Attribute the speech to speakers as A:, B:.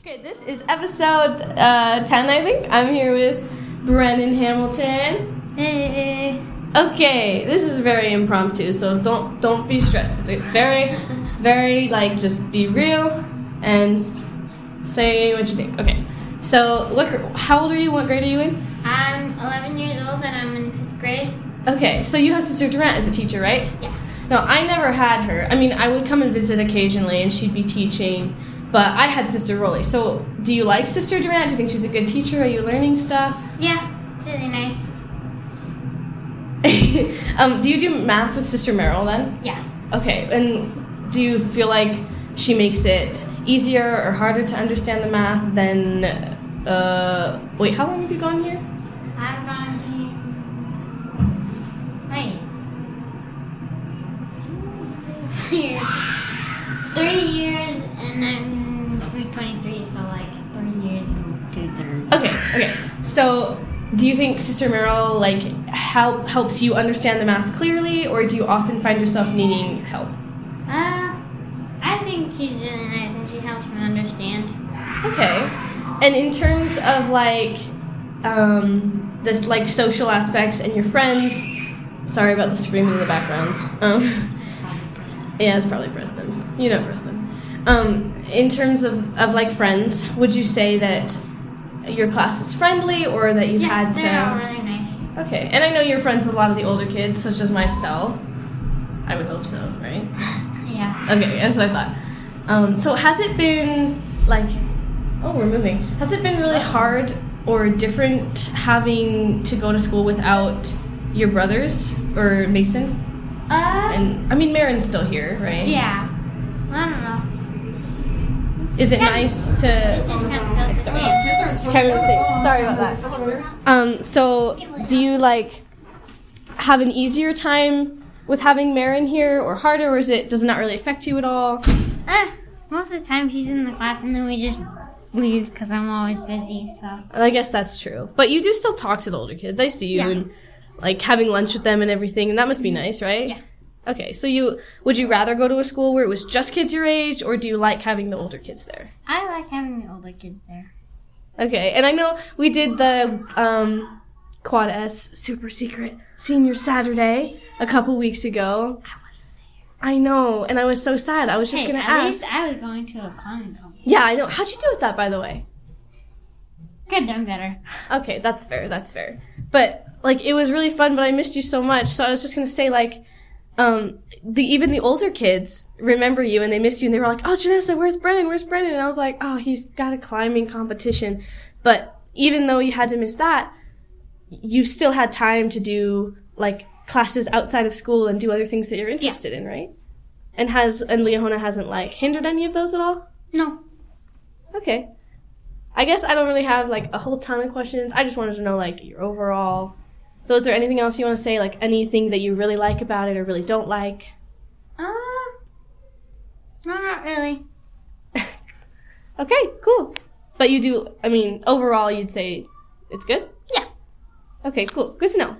A: Okay, this is episode uh, 10, I think. I'm here with Brennan Hamilton.
B: Hey.
A: Okay, this is very impromptu, so don't don't be stressed. It's like very, very like just be real and s- say what you think. Okay, so what? gr- How old are you? What grade are you in?
B: I'm 11 years old and I'm in fifth grade.
A: Okay, so you have Sister Durant as a teacher, right?
B: Yeah.
A: No, I never had her. I mean, I would come and visit occasionally, and she'd be teaching. But I had Sister Rolly. So, do you like Sister Durant? Do you think she's a good teacher? Are you learning stuff?
B: Yeah, it's really nice.
A: um, do you do math with Sister Meryl then?
B: Yeah.
A: Okay, and do you feel like she makes it easier or harder to understand the math than? Uh, wait, how long have you gone here?
B: I've gone in. Wait. Three years and I'm it's week 23, so like three years and two thirds.
A: Okay, okay. So, do you think Sister Meryl like help helps you understand the math clearly, or do you often find yourself needing help?
B: Uh, I think she's really nice and she helps me understand.
A: Okay. And in terms of like um, this like social aspects and your friends, sorry about the screaming in the background. Um,
B: It's probably Preston.
A: yeah, it's probably Preston. You know Preston. Um, in terms of, of like friends, would you say that your class is friendly or that you've
B: yeah,
A: had to?
B: they're all really nice.
A: Okay, and I know you're friends with a lot of the older kids, such as myself. I would hope so, right?
B: Yeah.
A: Okay, that's what I thought. Um, so has it been like, oh, we're moving. Has it been really hard or different having to go to school without your brothers or Mason?
B: Uh,
A: And I mean, Marin's still here, right?
B: Yeah. I don't know.
A: Is it nice
B: It's
A: to?
B: just kind of felt the same.
A: It's kind of the same. Sorry about that. Um, so do you like have an easier time with having Marin here, or harder, or is it does it not really affect you at all?
B: Uh, most of the time she's in the class and then we just leave because I'm always busy. So
A: And I guess that's true. But you do still talk to the older kids. I see you
B: Yeah. Mm-hmm.
A: and like having lunch with them and everything, and that must be nice, right?
B: Yeah.
A: Okay, so you would you rather go to a school where it was just kids your age, or do you like having the older kids there?
B: I like having the older kids there.
A: Okay, and I know we did the um, Quad S Super Secret Senior Saturday a couple weeks ago.
B: I wasn't
A: I know, and I was so sad. I was just
B: hey,
A: gonna
B: at
A: ask.
B: least I was going to a clown company.
A: yeah, I know. How'd you do with that, by the way?
B: Could have done better.
A: Okay, that's fair. That's fair. But like, it was really fun, but I missed you so much. So I was just gonna say, like, um, the even the older kids remember you and they miss you, and they were like, "Oh, Janessa, where's Brennan? Where's Brennan?" And I was like, "Oh, he's got a climbing competition." But even though you had to miss that, you still had time to do like classes outside of school and do other things that you're interested in, right? And has and Leahona hasn't like hindered any of those at all.
B: No.
A: Okay. I guess I don't really have like a whole ton of questions. I just wanted to know like your overall. So is there anything else you want to say? Like anything that you really like about it or really don't like?
B: Uh, no, not really.
A: Okay, cool. But you do. I mean, overall, you'd say it's good.
B: Yeah.
A: Okay, cool. Good to know.